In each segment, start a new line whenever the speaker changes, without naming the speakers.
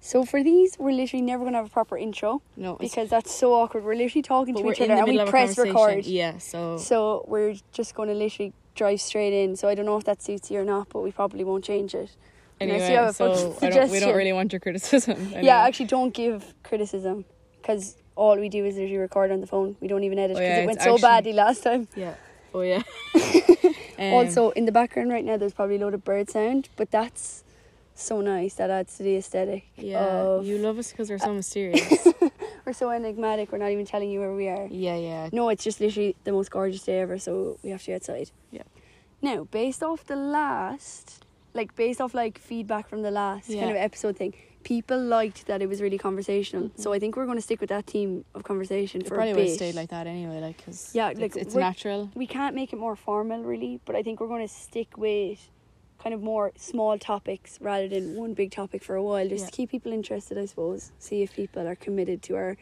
So for these, we're literally never gonna have a proper intro
No, it's-
because that's so awkward. We're literally talking
but
to
we're
each
in
other
the
and
middle
we
of a
press
conversation.
record.
Yeah, so
So we're just gonna literally drive straight in. So I don't know if that suits you or not, but we probably won't change it. Unless you
anyway,
have a fucking
so I don't, we don't
suggestion.
really want your criticism. anyway.
Yeah, actually, don't give criticism because all we do is literally record on the phone. We don't even edit
Oh,
because
yeah,
it went
it's
so
actually-
badly last time.
Yeah. Oh yeah. Um,
also, in the background right now, there's probably a load of bird sound, but that's so nice. That adds to the aesthetic.
yeah,
of-
you love us because we're so mysterious.
we're so enigmatic. We're not even telling you where we are.
yeah, yeah.
No, it's just literally the most gorgeous day ever, so we have to be outside.
Yeah.
Now, based off the last, like based off like feedback from the last
Yeah.
kind of episode thing, people liked that it was really conversational. So I think we're going to stick with that theme of conversation
It
for a
probably
bit.
would have stayed like that anyway, like because
Yeah,
it's,
like,
it's
we're-
natural.
we can't make it more formal, really, but I think we're going to stick with kind of more small topics rather than one big topic for a while, just
Yeah.
to keep people interested, I suppose. See if people are committed to our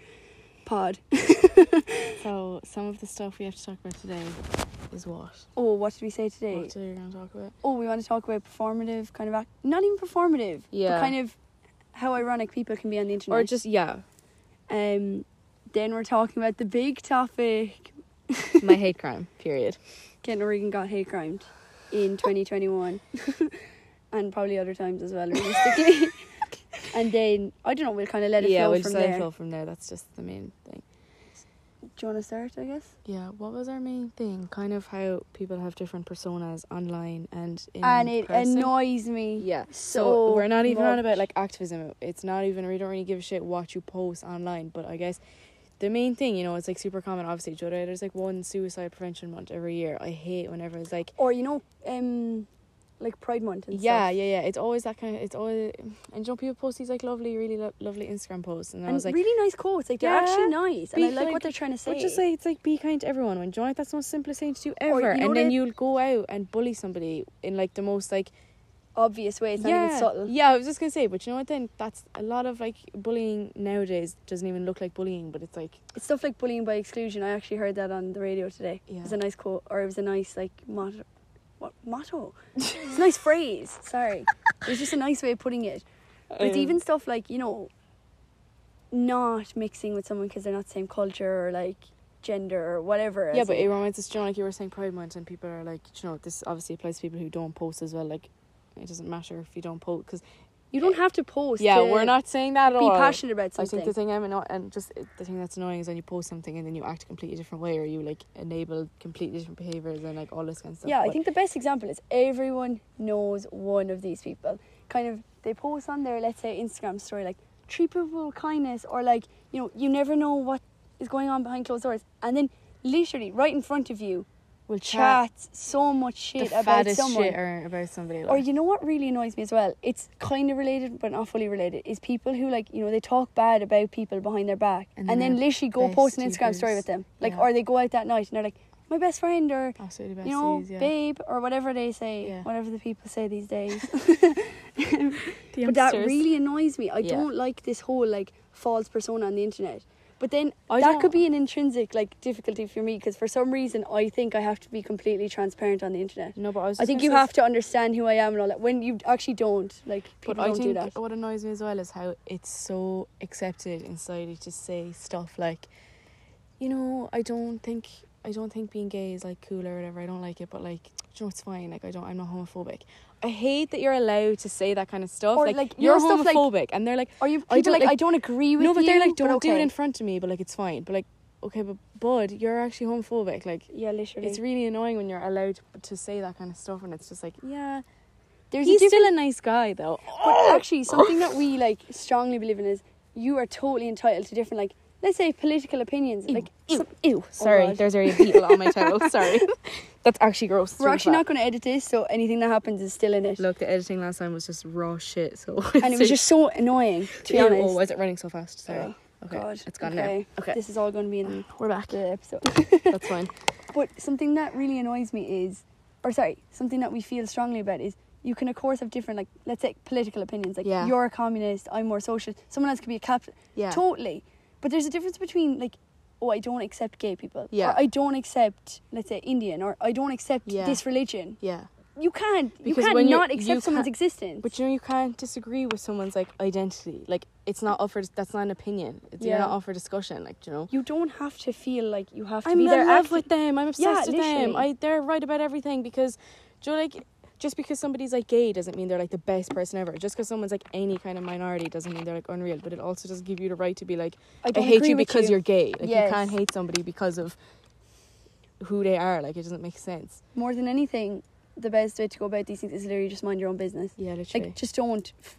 pod.
So some of the stuff we have to talk about today is what.
oh, what did we say today?
What are you going to talk about?
oh, we want to talk about performative kind of act, not even performative,
Yeah.
but kind of how ironic people can be on the internet.
Or just yeah,
um, then we're talking about the big topic:
my hate crime. Period.
Kent Oregon got hate crimed in 2021, and probably other times as well, realistically. and then I don't know. We'll kind of let it
yeah,
flow
we'll
from
just let
there.
it flow from there. That's just the main thing.
Do you want to start? I guess.
Yeah, what was our main thing? Kind of how people have different personas online and in
and it
person.
annoys me.
Yeah. So,
so
we're not even on
much.
about like activism. It's not even we don't really give a shit what you post online, but I guess the main thing, you know, it's like super common obviously, Joe, there's like one suicide prevention month every year. I hate whenever it's like
Or you know, um, like Pride Month. And
yeah,
stuff.
yeah, yeah. It's always that kind of. It's always and you know people post these like lovely, really lo- lovely Instagram posts, and, I
And
was like,
really nice quotes. Like they're
Yeah.
actually nice, and
Be
I like
like-
what they're trying to say.
But just say it's like be kind to everyone. When joint, that's the most simplest thing to do ever.
you know
and then
that-
you'll go out and bully somebody in like the most like
obvious way. It's not even subtle.
yeah. I was just gonna say, but you know what? Then that's a lot of like bullying nowadays doesn't even look like bullying, but it's like
It's stuff like bullying by exclusion. I actually heard that on the radio today. It was
Yeah.
a nice quote, or it was a nice like motto. What motto? it's a nice phrase. Sorry, it was just a nice way of putting it. But it's
Um,
even stuff like you know, not mixing with someone because they're not the same culture or like gender or whatever.
yeah.
as
But
in-
it reminds us, you know, like you were saying, Pride Month, and people are like, you know, this obviously applies to people who don't post as well. Like, it doesn't matter if you don't post because
you don't have to post.
yeah,
to
we're not saying that at
be
all.
passionate about
I
something.
think the thing I'm anno- and just it- the thing that's annoying is when you post something and then you act a completely different way or you like enable completely different behaviors and like all this kind of stuff.
Yeah, I
But
think the best example is everyone knows one of these people. Kind of, they post on their, let's say, Instagram story, like, treat people with kindness, or like, you know, you never know what is going on behind closed doors. And then, literally, right in front of you,
we'll chat
chats so much
the
shit about
fattest
someone.
shit or about somebody.
Or
Like.
you know what really annoys me as well? It's kind of related but not fully related. Is people who like you know they talk bad about people behind their back and,
And then
then
they're
literally go post an
besties.
Instagram story with them. Like
Yeah.
or they go out that night and they're like my best friend or
absolutely besties.
you know,
yeah.
babe, or whatever they say,
Yeah.
whatever the people say these days.
The
but that
youngsters.
really annoys me. I
Yeah.
don't like this whole like false persona on the internet. But then
I
that
don't-
could be an intrinsic like difficulty for me because for some reason I think I have to be completely transparent on the internet.
No, but I was.
I
just
think
gonna
you
say-
have to understand who I am and all that. When you actually don't, like people
But I
don't do
think
that.
what annoys me as well is how it's so accepted in society to say stuff like, you know, I don't think I don't think being gay is like cool or whatever. I don't like it, but like, you know, it's fine. Like, I don't. I'm not homophobic. I hate that you're allowed to say that kind of stuff.
Or,
like,
like, you
you're
know, stuff like-
homophobic, and they're like,
Are you
I
people
don't
like,
like-
I don't agree with
no, but
you,
they're like, don't do it
okay."
in front of me. But like, it's fine. But like, okay, but bud, you're actually homophobic. Like,
Yeah, literally.
it's really annoying when you're allowed to say that kind of stuff, and it's just like, yeah,
There's
he's
a different
still a nice guy though.
But actually, something that we like strongly believe in is you are totally entitled to different, like let's say, political opinions. Like, some-
Ew. Sorry,
God.
there's already a beetle on my toe. Sorry. That's actually gross. It's
we're
really
actually
bad.
not going to edit this, so anything that happens is still in it.
Look, the editing last time was just raw shit. So
and it was just so annoying. To be
Yeah,
honest,
Oh, why is it running so fast? Sorry.
Oh,
okay.
God.
It's gone
okay.
now. Okay.
This is all going to be in
We're back.
the episode.
That's fine.
But something that really annoys me is, or sorry, something that we feel strongly about is you can, of course, have different, like, let's say, political opinions. Like,
Yeah.
you're a communist, I'm more socialist, someone else could be a capitalist.
Yeah.
Totally. But there's a difference between, like, oh, I don't accept gay people.
Yeah.
Or I don't accept, let's say, Indian, or I don't accept
Yeah.
this religion.
Yeah.
you can't.
Because
you
when
can't
you-
not accept
you
someone's
can't-
existence.
But you know, you can't disagree with someone's like identity. Like it's not up for that's not an opinion. It's, You're
Yeah.
not up for discussion. Like do you know.
you don't have to feel like you have to
I'm
be
in
there.
love
acti-
with them. I'm obsessed with them.
literally.
I they're right about everything because do you know, like just because somebody's like gay doesn't mean they're like the best person ever. Just because someone's like any kind of minority doesn't mean they're like unreal. But it also doesn't give you the right to be like
I,
I,
don't
hate
agree
you
with
because
you.
are gay. Like you can't
Yes.
hate somebody because of who they are. Like it doesn't make sense.
more than anything, the best way to go about these things is literally just mind your own business.
Yeah, literally.
Like, just don't, f-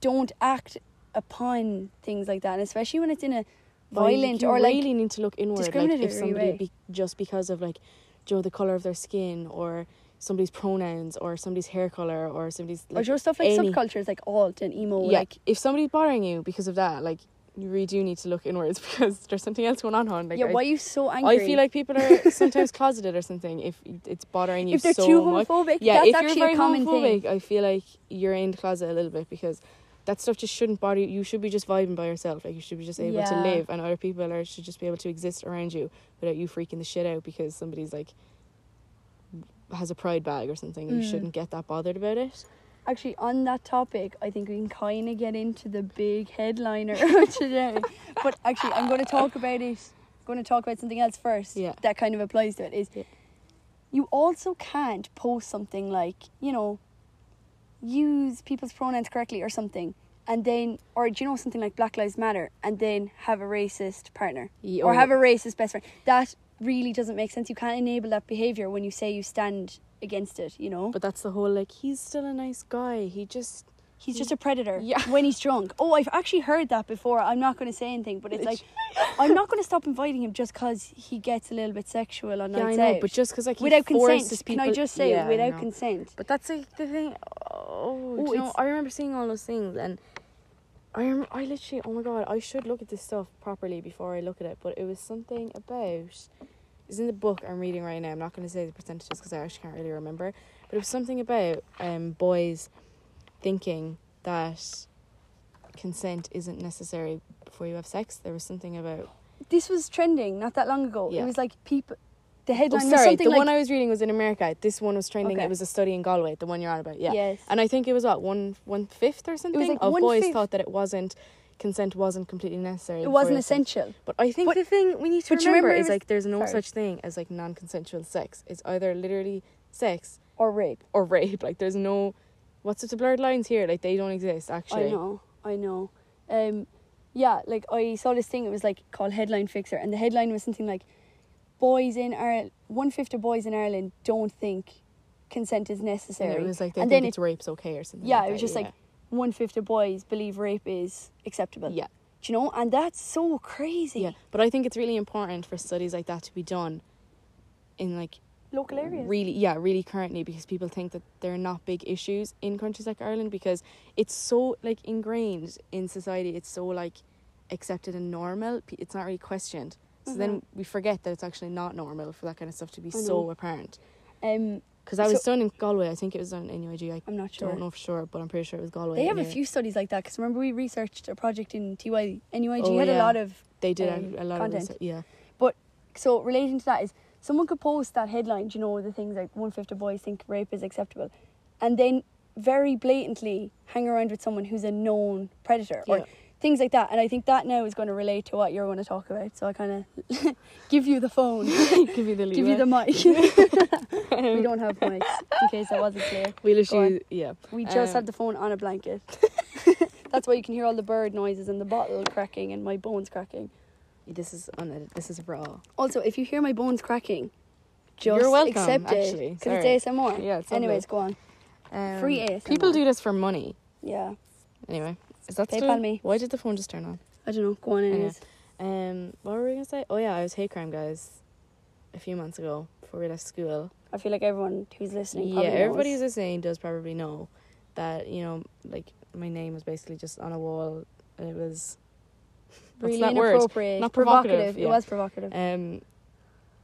don't act upon things like that, and especially when it's in a violent
you
or like
really need to look inward. Like if
discriminatory
somebody
way.
be, just because of like, Joe, the color of their skin or somebody's pronouns or somebody's hair color or somebody's
or
like,
just stuff like
any-
subcultures like alt and emo.
yeah,
Like,
if somebody's bothering you because of that, like you really do need to look inwards because there's something else going on. hon. Like
yeah,
I,
why are you so
I
angry?
feel like people are sometimes closeted or something if it's bothering you
if they're
so
too
much.
homophobic,
yeah,
that's
if
actually
you're very
a common
homophobic,
thing.
I feel like you're in the closet a little bit because that stuff just shouldn't bother you. You should be just vibing by yourself. Like you should be just able to
Yeah.
live, and other people are should just be able to exist around you without you freaking the shit out because somebody's like has a pride bag or something. You
Mm.
shouldn't get that bothered about it.
Actually, on that topic, I think we can kind of get into the big headliner of today. But actually, I'm going to talk about it. going to talk about something else first.
Yeah.
That kind of applies to it. Is
Yeah.
you also can't post something like you know, use people's pronouns correctly or something, and then or do you know something like Black Lives Matter, and then have a racist partner
Ye-
or have a racist best friend. That really doesn't make sense. You can't enable that behavior when you say you stand against it. You know.
But that's the whole like he's still a nice guy. He just
He's just a predator
Yeah.
when he's drunk. Oh, I've actually heard that before. I'm not going to say anything, but it's like I'm not going to stop inviting him just because he gets a little bit sexual on
yeah, I
nights
know.
out.
But just because like he
without
forces
consent,
people,
can I just say
Yeah, I
without
know.
consent?
But that's like the thing. Oh,
Oh,
do you know,
it's-
I remember seeing all those things, and I remember, I literally, oh my god, I should look at this stuff properly before I look at it. But it was something about. It's in the book I'm reading right now. I'm not going to say the percentages because I actually can't really remember. But it was something about um, boys thinking that consent isn't necessary before you have sex. There was something about.
This was trending not that long ago.
Yeah.
It was like people. The headline
oh,
was
sorry,
something
the
like
one I was reading was in America. This one was trending.
Okay.
It was a study in Galway. The one you're on about, yeah.
yes,
And I think it was what one one fifth or something
like
of
one
boys
fifth.
thought that it wasn't consent wasn't completely necessary.
it
before
wasn't
you had sex.
essential.
But I think
But-
the thing we need to
but you
remember,
remember it
is
was-
like there's no
sorry.
such thing as like non-consensual sex. It's either literally sex
Or rape.
or rape. Like there's no what's with the blurred lines here? Like they don't exist actually.
I know, I know. Um, yeah, like I saw this thing. It was like called headline fixer, and the headline was something like, "Boys in Ireland, one fifth of boys in Ireland don't think consent is
And
necessary."
it was like they
And
think
then
it's rape's okay or something.
yeah,
like
it was
that,
just
yeah.
like one fifth of boys believe rape is acceptable.
yeah,
Do you know? And that's so crazy.
yeah. But I think it's really important for studies like that to be done in like
Local areas.
Really, yeah, really currently because people think that they're not big issues in countries like Ireland because it's so like ingrained in society. It's so like accepted and normal. P- It's not really questioned. So then
Mm-hmm.
we forget that it's actually not normal for that kind of stuff to be
I
so
know.
apparent.
um,
Because I was
Mm-hmm. So-
done in Galway. I think it was done in NUIG. I
I'm not sure.
don't know for sure, but I'm pretty sure it was Galway.
They have a
anyway.
few studies like that because remember we researched a project in TY NUIG
Oh,
had a
yeah.
lot of
They did
um,
a, a lot
content.
of research. Yeah,
so relating to that is someone could post that headline, do you know, the things like one fifth of boys think rape is acceptable, and then very blatantly hang around with someone who's a known predator
Yeah.
or things like that. And I think that now is going to relate to what you're going to talk about. So I kind of give you the phone,
give you the
give you the mic. we
we,
don't have mics in case that wasn't clear.
we
on.
literally yeah.
We just
Um,
had the phone on a blanket. That's why you can hear all the bird noises and the bottle cracking and my bones cracking.
This is unedited. This is raw.
Also, if you hear my bones cracking,
You're
just
welcome,
accept
actually.
it because
Sorry.
it's ASMR.
Yeah, it's lovely.
Anyways, go on.
Um,
Free ASMR.
People do this for money.
Yeah,
Anyway, is that
PayPal
still-
me.
Why did the phone just turn on?
I don't know. Go on, anyways.
Um, what were we gonna say? Oh yeah, I was hate crime guys, a few months ago before we left school.
I feel like everyone who's listening.
yeah,
probably knows.
everybody who's listening does probably know that you know like my name was basically just on a wall and it was what's
really
that word?
inappropriate,
Not
provocative.
provocative, yeah.
It was provocative.
Um,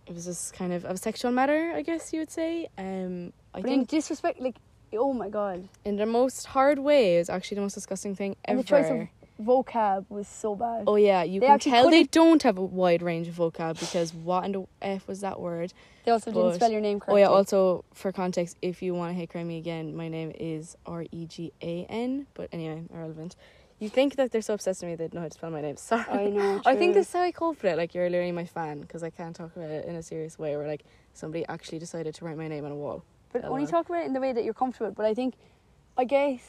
it was just kind of a sexual matter, I guess you would say. Um, I
but in
think
disrespect, like, oh my god,
in the most hard way is actually the most disgusting thing
And
ever.
the choice of vocab was so bad.
Oh yeah, you
They
can
actually
tell they
couldn't-
don't have a wide range of vocab because what in the f was that word?
they also didn't
but-
spell your name
Oh
correctly.
yeah. Also, for context, if you want to hate crime me again, my name is R E G A N. But anyway, irrelevant. You think that they're so obsessed with me they know how to spell my name? Sorry.
I know.
I think
Oh, true.
this is how I cope with it. Like you're literally my fan because I can't talk about it in a serious way. Where like somebody actually decided to write my name on a wall.
But
I
only
dunno.
talk about it in the way that you're comfortable. But I think, I guess,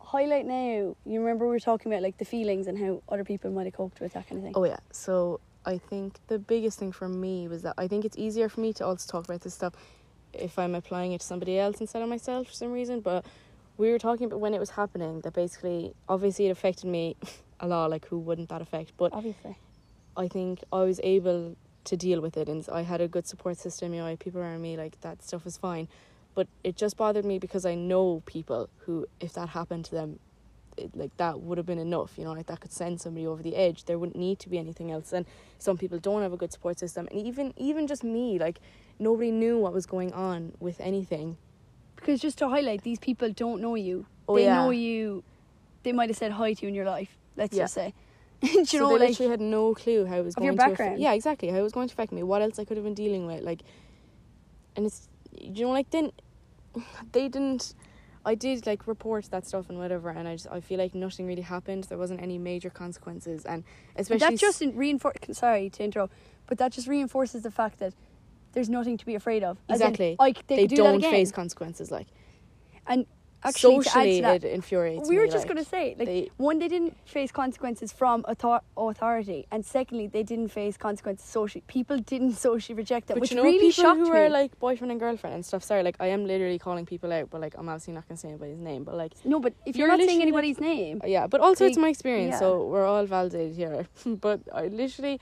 highlight now. You remember we were talking about like the feelings and how other people might have coped with that kind of thing.
Oh yeah. So I think the biggest thing for me was that I think it's easier for me to also talk about this stuff if I'm applying it to somebody else instead of myself for some reason. But we were talking about when it was happening that basically obviously it affected me a lot. Like who wouldn't that affect? But
Obviously.
I think I was able to deal with it, and I had a good support system. You know, I had people around me, like that stuff was fine. But it just bothered me because I know people who, if that happened to them, it, like that would have been enough. You know, like that could send somebody over the edge. There wouldn't need to be anything else. And some people don't have a good support system, and even even just me, like nobody knew what was going on with anything.
Because just to highlight, these people don't know you.
Oh,
they
yeah.
know you. They might have said hi to you in your life. Let's
Yeah.
just say. Do you
so
know,
they
like,
literally had no clue how it was
of
going
your
to affect
background.
yeah exactly how it was going to affect me what else i could have been dealing with like and it's you know like then they didn't i did like report that stuff and whatever and i just i feel like nothing really happened there wasn't any major consequences and
But
especially
that just reinforces. Sorry to interrupt, but that just reinforces the fact that there's nothing to be afraid of. As in,
Exactly.
I c- they,
they,
could do that
don't
again.
face consequences like
and actually, to add
socially
to that,
it infuriates
we
me,
were just
like,
going to say like
they-
one they didn't face consequences from author- authority and secondly they didn't face consequences socially people didn't socially reject that
but
which
you know
really
people
shocked
who
me
are like boyfriend and girlfriend and stuff sorry like i am literally calling people out but like i'm obviously not going to say anybody's name but like
no but if you're
you're
not saying
literally, like-
anybody's name
Yeah, but also it's
Like,
my experience,
yeah.
so we're all validated here. but I literally,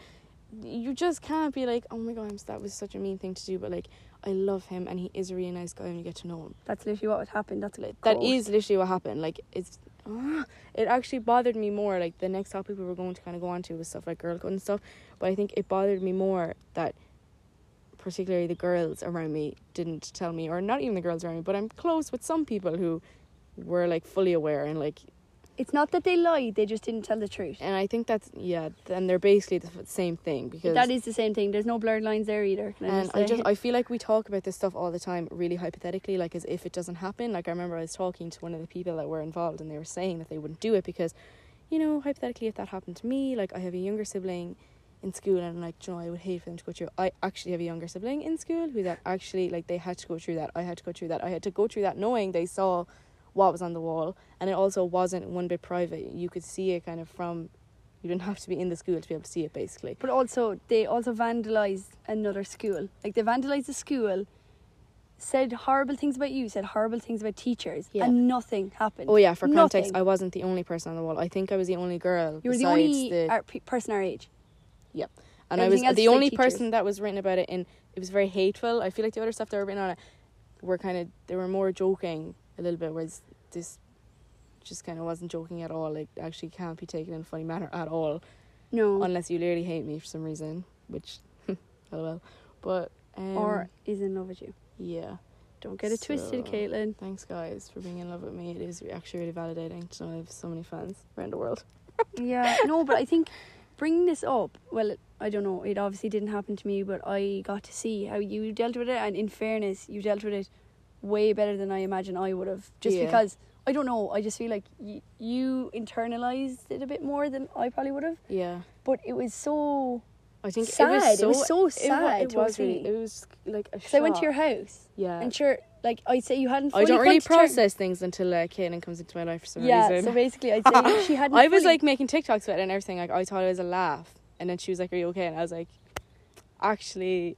you just can't be like, oh my god, I'm s- that was such a mean thing to do. But like, I love him, and he is a really nice guy, and you get to know him.
that's literally what would happen that's
Like,
like
that is literally what happened. Like it's, ah, it actually bothered me more. Like the next topic we were going to kind of go on to was stuff like girl code and stuff. But I think it bothered me more that. Particularly the girls around me didn't tell me, or not even the girls around me, but I'm close with some people who were like fully aware and like
it's not that they lied they just didn't tell the truth
and I think that's yeah, and they're basically the f- same thing because
that is the same thing there's no blurred lines there either can I
and
just
I
say?
just I feel like we talk about this stuff all the time, really hypothetically, like as if it doesn't happen. Like I remember I was talking to one of the people that were involved, and they were saying that they wouldn't do it because, you know, hypothetically, if that happened to me, like I have a younger sibling in school, and like you know, I would hate for them to go through. I actually have a younger sibling in school who that actually like they had to go through that. I had to go through that. I had to go through that knowing they saw what was on the wall, and it also wasn't one bit private. You could see it kind of from. You didn't have to be in the school to be able to see it, basically.
but also they also vandalized another school like they vandalized the school said horrible things about you said horrible things about teachers
Yeah.
and nothing happened
Oh yeah, for context,
Nothing.
I wasn't the only person on the wall. I think I was the only girl.
You were the
besides
only ar- pe- person our age.
yep, and I was
everything else
the
was, like,
only
teachers.
person that was written about it, and it was very hateful. I feel like the other stuff that were written on it were kind of they were more joking a little bit, whereas this just kind of wasn't joking at all. It actually can't be taken in a funny manner at all,
No.
unless you literally hate me for some reason, which, lol. But um,
or is in love with you.
yeah,
Don't get it twisted,
so-
Caitlin.
thanks guys for being in love with me. It is actually really validating to know I have so many fans around the world.
Yeah. No, but I think bringing this up, well, it, I don't know. It obviously didn't happen to me, but I got to see how you dealt with it. And in fairness, you dealt with it way better than I imagine I would have. Just
Yeah.
because, I don't know, I just feel like y- you internalized it a bit more than I probably would have.
Yeah.
But it was so.
I think
Sad. It
It
was
was
so
so
sad
It,
to
was really.
see.
It was like a.
Because I went to
shock.
your house.
Yeah.
And sure, like, I'd say you hadn't fully
I don't really
come to terms-
process things until uh, Caitlin comes into my life for some
Yeah,
reason.
so basically, I'd say she hadn't
I was
fully-
like making TikToks about it and everything. Like I thought it was a laugh, and then she was like, "Are you okay?" And I was like, "Actually,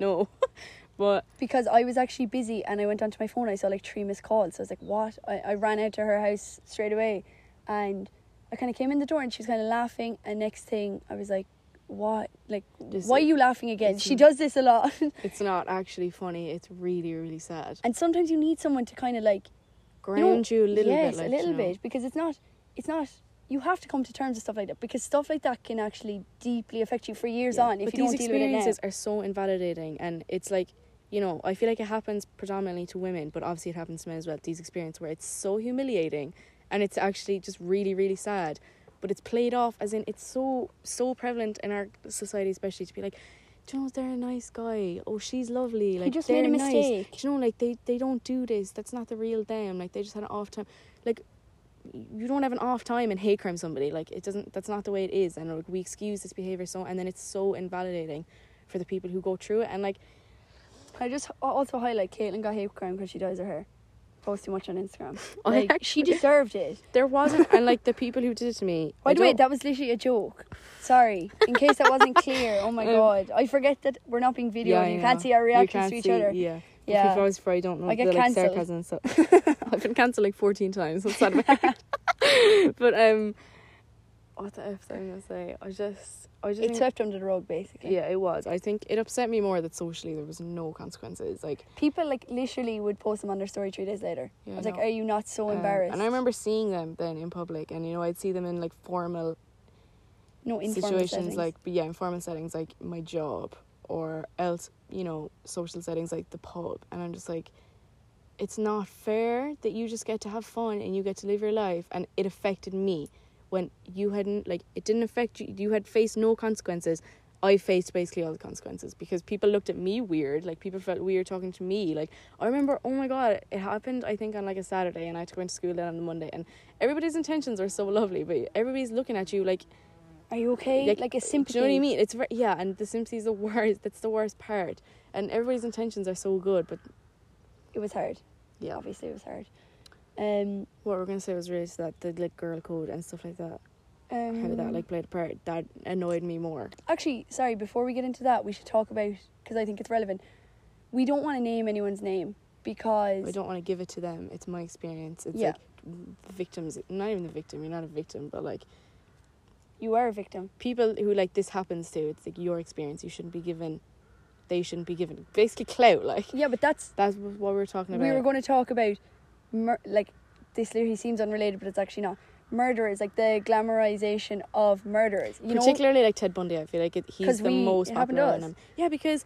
no." but
because I was actually busy and I went onto my phone. I saw like three missed calls. So I was like, what? I, I ran out to her house straight away and I kind of came in the door and she was kind of laughing. And next thing I was like, what? Like,
This
why are
is-
you laughing again?
this
She
is-
does this a lot.
it's not actually funny. It's really, really sad.
and sometimes you need someone to kind of like know,
Ground you a little
yes,
bit. Like,
a
you
little
know.
bit because it's not, it's not. You have to come to terms with stuff like that because stuff like that can actually deeply affect you for years
Yeah.
on if
but
you don't
these
deal with it now.
experiences are so invalidating, and it's like, you know, I feel like it happens predominantly to women, but obviously it happens to men as well. These experiences where it's so humiliating, and it's actually just really, really sad. but it's played off as in it's so so prevalent in our society, especially to be like, do you know they're a nice guy? Oh, she's lovely. Like
just
they're
made a
nice.
mistake.
Do you know, like they they don't do this. That's not the real them. Like they just had an off time. Like you don't have an off time and hate crime somebody. Like it doesn't. That's not the way it is. And like we excuse this behavior so, and then it's so invalidating for the people who go through it. And like
I just h- also highlight Caitlyn got hate crime because she dyes her hair. Post too much on Instagram.
I
Like, she
actually-
deserved it.
there wasn't, and like the people who did it to me.
By
I
the way,
don't-
that was literally a joke. Sorry, in case that wasn't clear. Oh my
Um,
god, I forget that we're not being videoed.
I
and you can't
know.
see our
You
reactions
can't
to each
see-
other.
Yeah.
Yeah.
Yeah. If I was for, I don't know.
I get
the, like,
cancelled.
sarcasm and stuff. I've been cancelled like 14 times. That's sad about it. But, um, what the F was I going to say? I just, I just,
It
think-
swept under the rug, basically.
yeah, it was. I think it upset me more that socially there was no consequences. Like,
People like literally would post them on their story three days later.
Yeah,
I was
I
like,
know.
"Are you not so
um,
embarrassed?"
and I remember seeing them then in public, and you know, I'd see them in like formal
no informal
situations,
settings.
like, but yeah, in formal settings, like my job, or else, you know, social settings like the pub, and I'm just like, it's not fair that you just get to have fun and you get to live your life and it affected me when you hadn't like it didn't affect you you had faced no consequences i faced basically all the consequences because people looked at me weird like people felt weird talking to me like i remember oh my god it happened i think on like a saturday and i had to go into school then on the monday and everybody's intentions are so lovely but everybody's looking at you like
"Are you okay?" Like, a sympathy.
do you know what I mean? It's ver- yeah, and the sympathy is the worst. That's the worst part. And everybody's intentions are so good, but
It was hard.
yeah,
Obviously, it was hard. Um,
what we're gonna say was related to that the like girl code and stuff like that.
um,
How that like played a part that annoyed me more.
Actually, sorry. Before we get into that, we should talk about because I think it's relevant. We don't want to name anyone's name because
I don't want to give it to them. It's my experience. It's
Yeah.
like the victims. Not even the victim. You're not a victim, but like
you are a victim.
people who like this happens to. It's like your experience. You shouldn't be given. They shouldn't be given basically clout. Like
Yeah, but that's
that's what we were talking about.
we were going to talk about mur- like this literally seems unrelated but it's actually not murderers like the glamorization of murderers you know
particularly like Ted Bundy. I feel like it, he's
'Cause
the
we-
most
it happened
popular
to
one.
us.
Um, Yeah, because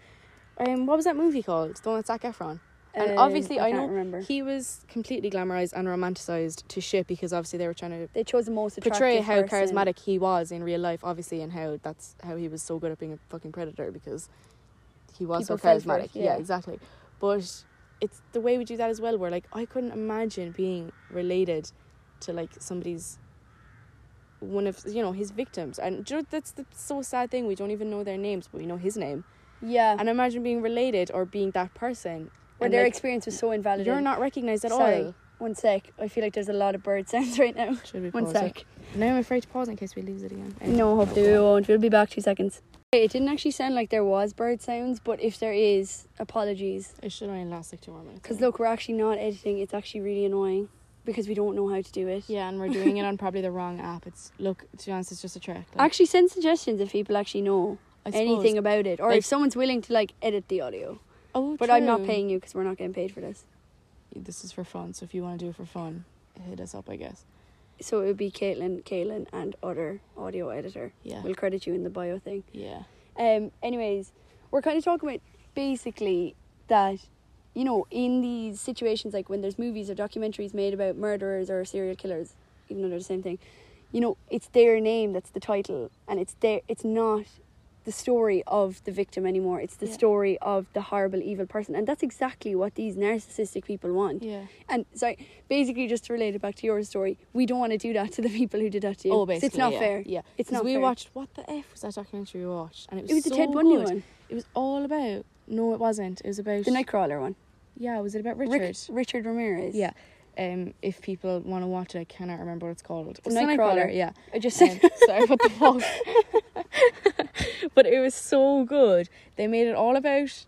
um, what was that movie called? The one with Zac Efron. And
Um,
obviously,
I
I,
can't
know
remember.
he was completely glamorized and romanticized to shit because obviously they were trying to
they chose the most attractive
portray how
person.
charismatic he was in real life, obviously, and how that's how he was so good at being a fucking predator because he was
People
so
fell for
charismatic.
it,
yeah.
yeah.
exactly. But it's the way we do that as well. Where like I couldn't imagine being related to like somebody's one of you know his victims, and do you know, that's the so sad thing. We don't even know their names, but we know his name.
yeah
And imagine being related or being that person.
where
and,
their
like,
experience was so invalid
you're not recognized at
Sorry.
all.
one sec i feel like there's a lot of bird sounds right now
Should we
one
pause
sec
It? Now I'm afraid to pause in case we lose it again.
no hopefully we
will.
won't we'll be back two seconds Okay, it didn't actually sound like there was bird sounds but if there is apologies
It should only last like two more minutes.
because
anyway.
look we're actually not editing it's actually really annoying because we don't know how to do it
Yeah, and we're doing it on probably the wrong app. It's look, to be honest, it's just a trick. Like,
Actually, send suggestions if people actually know
I suppose-
anything about it, or
Like-
if someone's willing to like edit the audio.
Oh,
But I'm not
true.
paying you because we're not getting paid for this.
This is for fun, so if you want to do it for fun, hit us up, I guess.
So it would be Caitlin, Caitlin, and other audio editor.
Yeah.
We'll credit you in the bio thing.
Yeah.
Um. Anyways, we're kind of talking about basically that, you know, in these situations like when there's movies or documentaries made about murderers or serial killers, even though they're the same thing, you know, it's their name that's the title, and it's their it's not the story of the victim anymore. It's the
Yeah.
story of the horrible evil person, and that's exactly what these narcissistic people want.
Yeah.
And sorry, basically, just to relate it back to your story, we don't want to do that to the people who did that to you.
Oh,
'Cause
basically.
it's not
yeah.
fair.
Yeah.
it's
'Cause
not
we
fair.
watched what the f was that documentary we watched, and it was
It was the
so
Ted Bundy
good.
one.
It was all about. No, it wasn't. It was about
the Nightcrawler one.
Yeah, was it about Richard?
Rick- Richard Ramirez.
Yeah. Um, if people want to watch it, I cannot remember what it's called.
It's
It's
Nightcrawler.
Nightcrawler. Yeah.
I just
Um,
said
sorry, what the fuck? but it was so good. They made it all about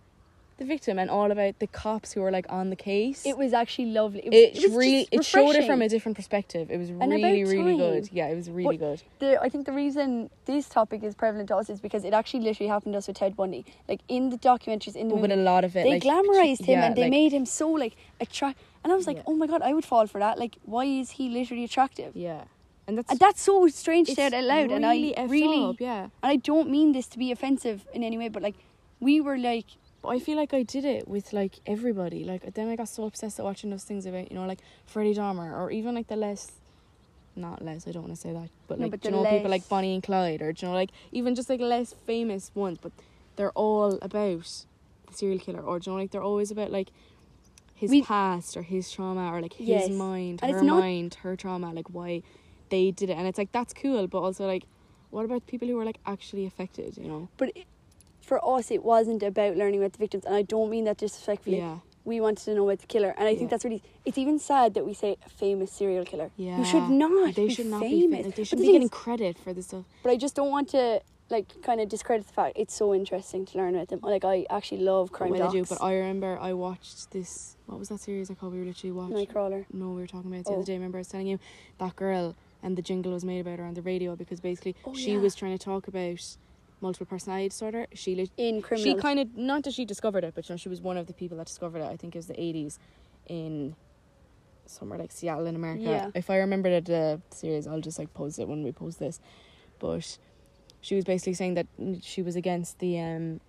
the victim and all about the cops who were like on the case.
it was actually lovely. It,
It
was- it was
really
just
it showed it from
refreshing.
a different perspective. It was
about
really really
time.
good. Yeah, it was really good.
The, I think the reason this topic is prevalent to us is because it actually literally happened to us with Ted Bundy. Like in the documentaries, in the
But with a
movie,
lot of it,
they
like,
glamorized him
yeah,
and they
like-
made him so like attract. And I was like,
Yeah.
oh my god, I would fall for that. Like, why is he literally attractive?
Yeah, and that's
And that's so strange to say out
it's
loud. and
really
I
effed
really,
up, yeah.
And I don't mean this to be offensive in any way, but like, we were like,
But I feel like I did it with like everybody. Like then I got so obsessed at watching those things about you know like Freddie Dahmer or even like the less not less. I don't want to say that, but
No,
like
but
do you
the
know people
less-
like Bonnie and Clyde, or do you know like even just like less famous ones, but they're all about the serial killer, or do you know like they're always about like his
We-
past or his trauma or like his
Yes.
mind,
And
her
it's not-
mind, her trauma, like why they did it, and it's like that's cool, but also like what about people who are like actually affected, you know?
But it, for us, it wasn't about learning about the victims, and I don't mean that disrespectfully.
Yeah,
We wanted to know about the killer, and I think
Yeah.
that's really. It's even sad that we say a famous serial killer.
yeah.
You should not.
They
be
should not
famous.
be. fa- Like, they should
but, the
be
thing
getting
is,
credit for this stuff.
but I just don't want to like kind of discredit the fact it's so interesting to learn about them. Like I actually love crime
Well, I
docs.
do, but I remember I watched this. What was that series I called? We were literally watching.
Nightcrawler.
No, we were talking about it the
Oh.
other day. Remember, I was telling you that girl and the jingle was made about her on the radio because basically
Oh,
she
yeah.
was trying to talk about multiple personality disorder. She lit-
In criminal.
she kind of not that she discovered it, but you know, she was one of the people that discovered it. I think it was the eighties in somewhere like Seattle in America.
Yeah.
If I remember the the series, I'll just like post it when we post this. But she was basically saying that she was against the um,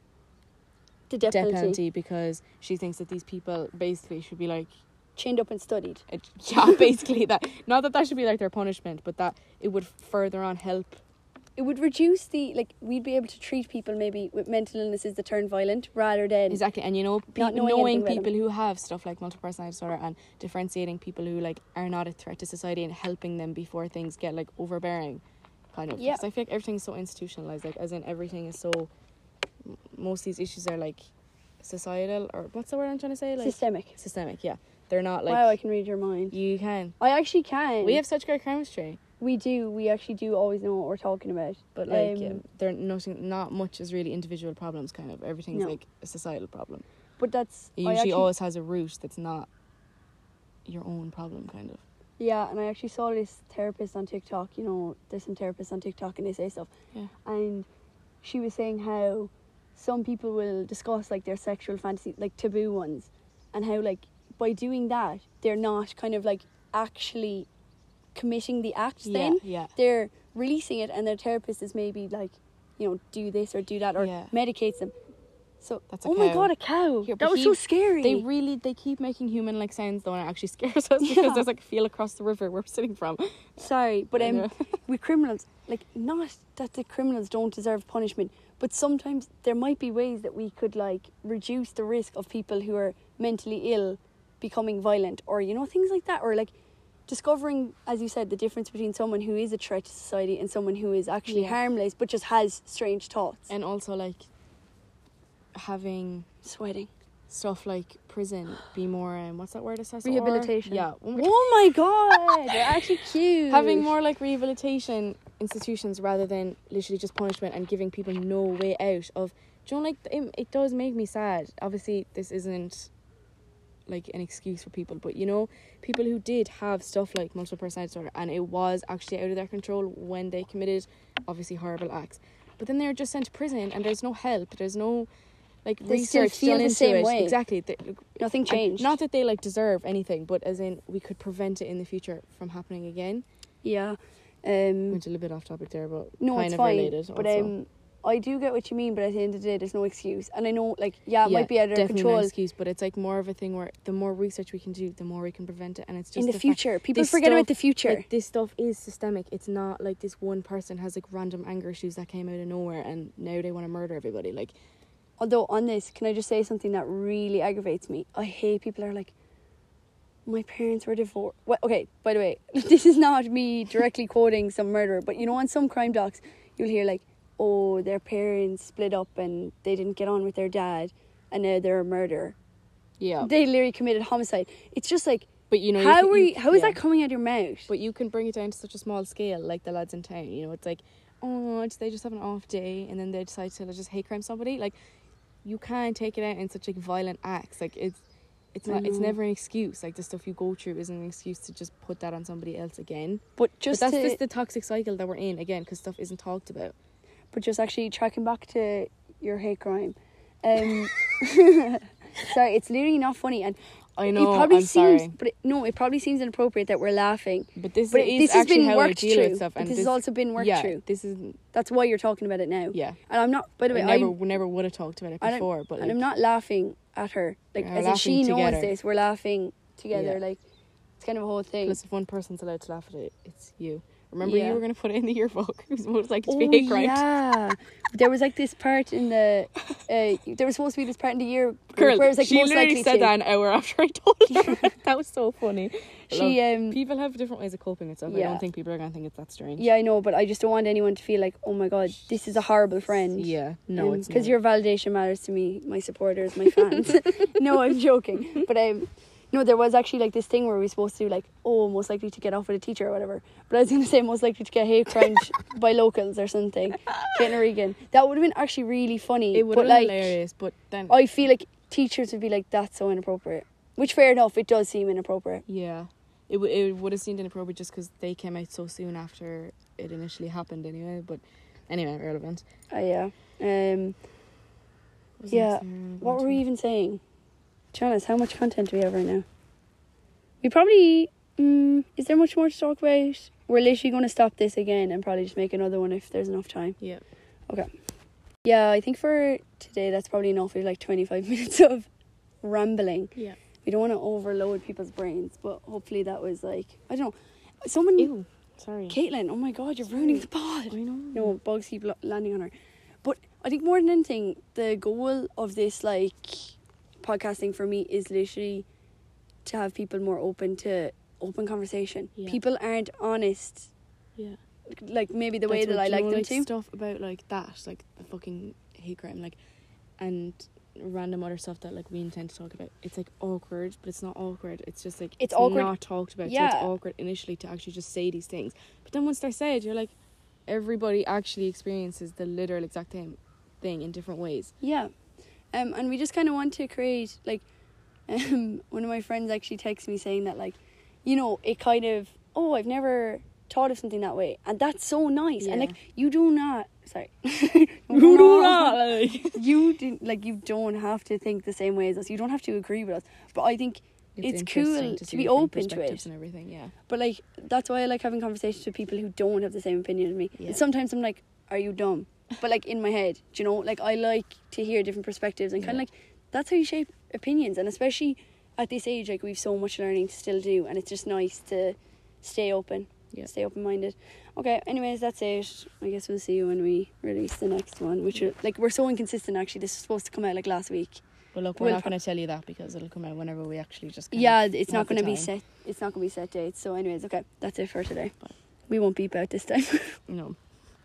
the death
death
penalty.
penalty because she thinks that these people basically should be like
Chained up and studied.
it- yeah basically that not that that should be like their punishment but that it would further on help
It would reduce the like we'd be able to treat people maybe with mental illnesses that turn violent rather than
exactly and you know pe-
Not knowing
knowing,
anything about
people who have stuff like multiple personality disorder and differentiating people who like are not a threat to society and helping them before things get like overbearing kind of
Yeah.
'Cause i feel like everything's so institutionalized like as in everything is so m- most of these issues are like societal or what's the word i'm trying to say like
systemic.
systemic yeah they're not like
wow, I can read your mind.
you can
I actually can.
we have such great chemistry
We do. We actually do always know what we're talking about.
But like,
Um,
yeah, there nothing, not much is really individual problems. Kind of everything's
No.
like a societal problem.
But that's I
It usually
actually,
always has a root that's not your own problem. Kind of.
yeah. And I actually saw this therapist on TikTok. You know, there's some therapists on TikTok, and they say stuff.
Yeah.
And she was saying how some people will discuss like their sexual fantasies, like taboo ones, and how like by doing that they're not kind of like actually committing the act. Then
yeah.
they're releasing it, and their therapist is maybe like, you know, do this or do that or
Yeah.
medicates them. So
That's a
oh my
cow.
god, a cow!
Here,
that
but
was
he-
so scary.
They really they keep making human like sounds though, and it actually scares us
Yeah.
because there's like feel across the river we're sitting from.
Sorry, but um,
Yeah.
with criminals, like not that the criminals don't deserve punishment, but sometimes there might be ways that we could like reduce the risk of people who are mentally ill becoming violent, or you know things like that, or like discovering, as you said, the difference between someone who is a threat to society and someone who is actually
Yeah. Um,
harmless but just has strange thoughts.
And also like having
Sweating.
stuff like prison be more um, what's that word? Assess- or-
Rehabilitation.
Yeah.
Oh my god, they're actually cute.
having more like rehabilitation institutions rather than literally just punishment and giving people no way out of do you know like it, it does make me sad obviously this isn't like an excuse for people but you know people who did have stuff like multiple personality disorder and it was actually out of their control when they committed obviously horrible acts but then they're just sent to prison and there's no help there's no like
They still
research
feel
done
the
into
same
it.
way.
exactly They-
nothing
and
changed.
not that they like deserve anything but as in we could prevent it in the future from happening again
yeah. Um,
went a little bit off topic there, but
no,
kind
it's
of
fine.
related.
but
also.
um, I do get what you mean. But at the end of the day, there's no excuse, and I know, like, yeah, it
Yeah,
might be out of their
definitely
control
no excuse, but it's like more of a thing where the more research we can do, the more we can prevent it, and it's just
in the,
fact-
future. People
this
forget about
stuff,
the future.
Like, this stuff is systemic. It's not like this one person has like random anger issues that came out of nowhere, and now they want to murder everybody. Like,
Although on this, can I just say something that really aggravates me? I hate people are like, my parents were divorced. Well, okay, by the way, this is not me directly quoting some murderer, but you know, on some crime docs, you'll hear like, oh, their parents split up and they didn't get on with their dad, and now they're a murderer.
yeah,
They literally committed homicide. It's just like,
but you know, you
how
can-
are
you-
you, how is
yeah.
that coming out of your mouth?
But you can bring it down to such a small scale, like the lads in town. You know, it's like, oh, just- they just have an off day, and then they decide to just hate crime somebody. Like, you can't take it out in such like violent acts. Like it's, it's
I
not. It's
know.
never an excuse. Like the stuff you go through isn't an excuse to just put that on somebody else again.
But
But
just
that's
to,
just the toxic cycle that we're in again, because stuff isn't talked about.
but just actually tracking back to your hate crime. Um, sorry, it's literally not funny, and
I
it probably
I'm
seems,
sorry,
but it, no, it probably seems inappropriate that we're laughing.
but this
But it-
is
this has
actually
been
how I
worked
deal
through.
with stuff,
But
and
this has also been worked
yeah,
through.
This is
That's why you're talking about it now.
yeah.
and I'm not. By the way,
I never, we never would have talked about it
I don't-
before, but
and
like,
I'm not laughing at her. Like
We're
as if she
laughing
knows
together.
this, we're laughing together.
Yeah.
Like It's kind of a whole thing.
Plus, if one person's allowed to laugh at it, it's you. Remember,
Yeah.
you were going to put it in the yearbook. It was motorcycle to
Oh,
be hate crime.
yeah. there was like this part in the uh, there was supposed to be this part in the year
Girl,
where it was like
she
most
literally
likely
said
to.
that an hour after I told her. that was so funny. I
She
love-
um
people have different ways of coping with stuff. I
Yeah.
don't think people are going to think it's that strange.
yeah, I know, but I just don't want anyone to feel like, "Oh my god, this is a horrible friend." Um,
Yeah. No, it's
because
not.
your validation matters to me, my supporters, my fans. no, I'm joking, but um, no, there was actually like this thing where we were supposed to like, oh, most likely to get off with a teacher or whatever. But I was gonna say most likely to get hate crime by locals or something. Kate and Regan. That would have been actually really funny.
It would
but,
have
like,
been hilarious, but then.
I feel like teachers would be like, that's so inappropriate. Which, fair enough, it does seem inappropriate.
yeah. It, w- it would have seemed inappropriate just because they came out so soon after it initially happened, anyway. But anyway, irrelevant.
Uh, yeah. Um,
What was the
yeah.
next thing I really
What
wanted
were we
to-
even saying? To be honest, how much content do we have right now? We probably. Mm, is there much more to talk about? We're literally going to stop this again and probably just make another one if there's enough time.
Yeah.
Yeah, I think for today that's probably enough. We've like 25 minutes of rambling.
Yeah.
We don't want to overload people's brains, but hopefully that was like. I don't know. Someone.
Ew. Sorry.
Caitlin, oh my god, you're ruining the pod.
I know.
No, bugs keep lo- landing on her. But I think more than anything, the goal of this like podcasting for me is literally to have people more open to open conversation.
Yeah.
People aren't honest,
Yeah.
like maybe the
That's
way that
what-
I
do you
like
know,
them
like,
to.
Stuff about like that, like the fucking hate crime, like, and random other stuff that like we intend to talk about. It's like awkward, but it's not awkward. It's just like
It's awkward-
not talked about. So
Yeah.
it's awkward initially to actually just say these things, but then once they're said, you're like, everybody actually experiences the literal exact same thing in different ways.
Yeah, um, and we just kind of want to create like. Um, one of my friends actually texted me saying that like, you know, it kind of oh I've never thought of something that way, and that's so nice. And
Yeah.
like you do not sorry,
Like,
you didn't like you don't have to think the same way as us you don't have to agree with us but i think It's cool
interesting
to
see
be
different
open to
perspectives
it.
and everything. Yeah.
but like that's why i like having conversations with people who don't have the same opinion as me
Yeah.
And sometimes i'm like are you dumb but like in my head do you know like i like to hear different perspectives and kind
Yeah.
of like that's how you shape opinions and especially at this age like we've so much learning to still do and it's just nice to stay open
Yeah.
stay open-minded okay anyways that's it i guess we'll see you when we release the next one which will, like we're so inconsistent actually this is supposed to come out like last week
Well, look,
we're
we're
We'll not
not
pro-
going to tell you that because it'll come out whenever we actually just.
yeah it's not
have the
going to be set
time.
it's not going to be set dates so anyways okay that's it for today we won't beep out this time
No.